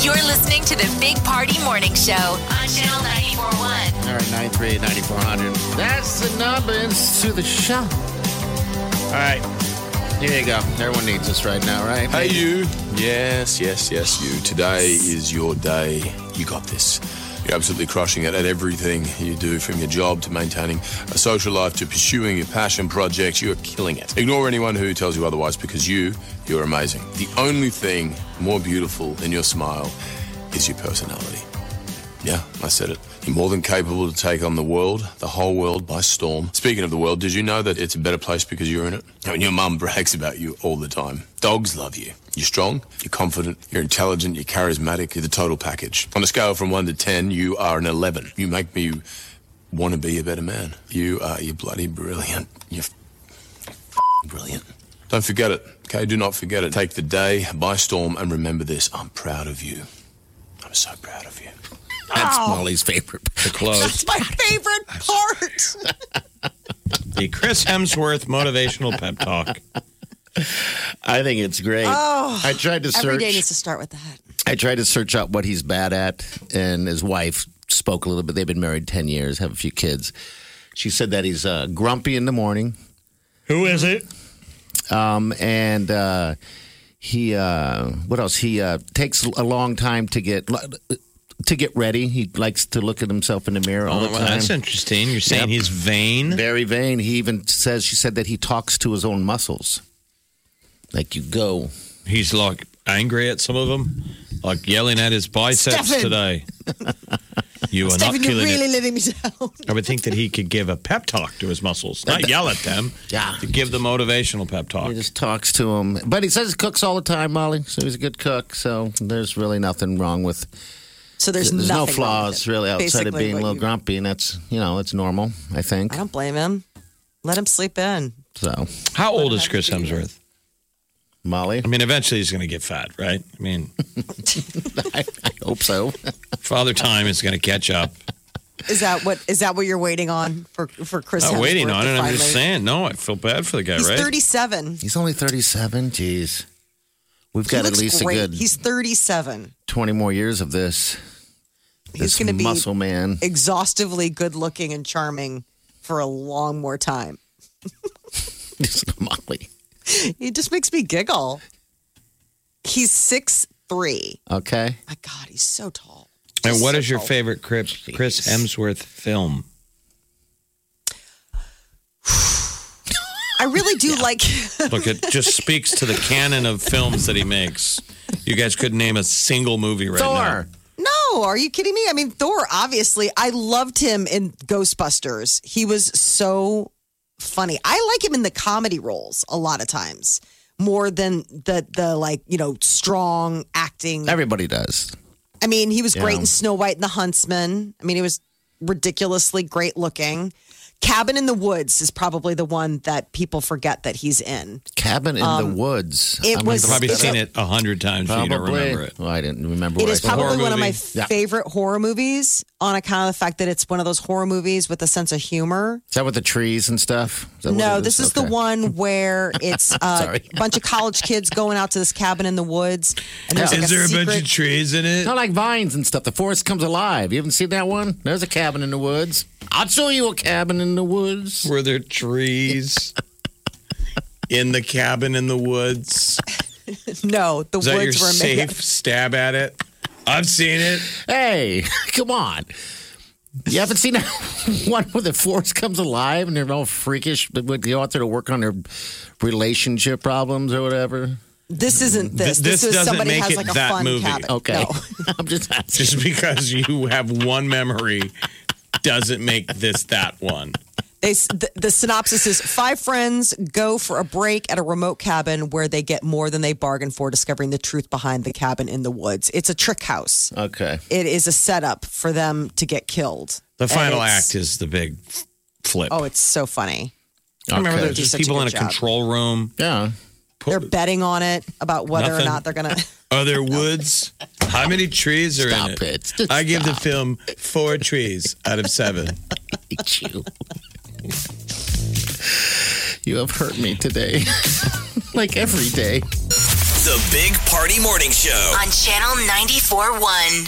You're listening to the Big Party Morning Show on Channel 941. All right, 938 9400. That's the numbers to the show. All right. Here you go. Everyone needs us right now, right? Hey, you. Yes, yes, yes, you. Today is your day. You got this. You're absolutely crushing it at everything you do, from your job to maintaining a social life to pursuing your passion projects. You are killing it. Ignore anyone who tells you otherwise because you, you're amazing. The only thing more beautiful than your smile is your personality. Yeah, I said it. You're more than capable to take on the world, the whole world, by storm. Speaking of the world, did you know that it's a better place because you're in it? I mean, your mum brags about you all the time. Dogs love you. You're strong, you're confident, you're intelligent, you're charismatic, you're the total package. On a scale from 1 to 10, you are an 11. You make me want to be a better man. You are, you're bloody brilliant. You're Brilliant. Don't forget it, okay? Do not forget it. Take the day by storm and remember this. I'm proud of you. I'm so proud of you. That's Oh. Molly's favorite. The clothes. my favorite part. The Chris Hemsworth motivational pep talk. I think it's great. I tried to Oh. Every search. day needs to start with that. I tried to search out what he's bad at, and his wife spoke a little bit. They've been married 10 years, have a few kids. She said that he's uh, grumpy in the morning. Who is it? Um, and uh, he, uh, what else? He uh, takes a long time to get. To get ready, he likes to look at himself in the mirror all the Oh, well, time. that's interesting. You're saying he's vain. Very vain. He even says she said that he talks to his own muscles. Like you go. He's like angry at some of them, like yelling at his biceps Stefan! today. You are Stephen, not you're killing really it. letting me down. I would think that he could give a pep talk to his muscles, not yell at them. Yeah. to give the motivational pep talk. He just talks to him. But he says he cooks all the time, Molly. So he's a good cook. So there's really nothing wrong with So there's, there's no nothing wrong with flaws it. really outside of Basically being a what little you- grumpy and that's you know, it's normal, I think. I don't blame him. Let him sleep in. So How old is Chris Hemsworth? Molly, I mean, eventually he's going to get fat, right? I mean, I hope so. Father Time is going to catch up. Is that what is that what you're waiting on for for Chris? Not waiting Hemsworth on to it. I'm finally- just saying. No, I feel bad for the guy, He's right? 37. He's only thirty seven, jeez. We've He got at looks least great. a good He's 37. twenty more years of this. He's this going to be muscle man. exhaustively good looking and charming for a long more time. Molly. He just makes me giggle. He's six three. Okay. My God, he's so tall. and what so is your tall. favorite Chris, Chris Hemsworth film? I really do like. Look, it just speaks to the canon of films that he makes. You guys couldn't name a single movie right now. Thor. No, are you kidding me? I mean, Thor. Obviously, I loved him in Ghostbusters. He was so funny. I like him in the comedy roles a lot of times more than the the like you know strong acting. Everybody does. I mean, he was great Yeah. in Snow White and the Huntsman. I mean, he was ridiculously great looking. Cabin in the Woods is probably the one that people forget that he's in. Cabin in the Woods. Um, it was- You've probably It's- seen it a hundred times, but you don't remember it. Well, Oh, I didn't remember. It what is I said. probably one of my movie. Yeah. favorite horror movies on account of the fact that it's one of those horror movies with a sense of humor. Is that with the trees and stuff? Is that what No, it this is the Okay. one where it's uh, Sorry. a bunch of college kids going out to this cabin in the woods. And there's like Is there a bunch secret- of trees in it? It's not like vines and stuff. The forest comes alive. You haven't seen that one? There's a cabin in the woods. I'll show you a cabin in the woods. Were there trees in the cabin in the woods? No, the Is that your woods were safe made. stab at it? I've seen it. Hey, come on. You haven't seen that one where the forest comes alive and they're all freakish, but would go out there to work on their relationship problems or whatever. This isn't this. Th- this is doesn't somebody make has it like a that fun movie. cabin. Okay, No. I'm just asking. Just because you have one memory doesn't make this that one. They, s- the, the synopsis is five friends go for a break at a remote cabin where they get more than they bargained for, discovering the truth behind the cabin in the woods. It's a trick house. Okay. It is a setup for them to get killed. The And final it's- act is the big f- flip. Oh, it's so funny. I remember Okay. there's just Such a people in a good job. control room. Yeah. They're betting on it about whether Nothing. or not they're going to. Are there woods? How many trees are Stop in it? it. I give the film four trees out of seven. Hate you. you have hurt me today. like every day. The Big Party Morning Show. on Channel 94.1.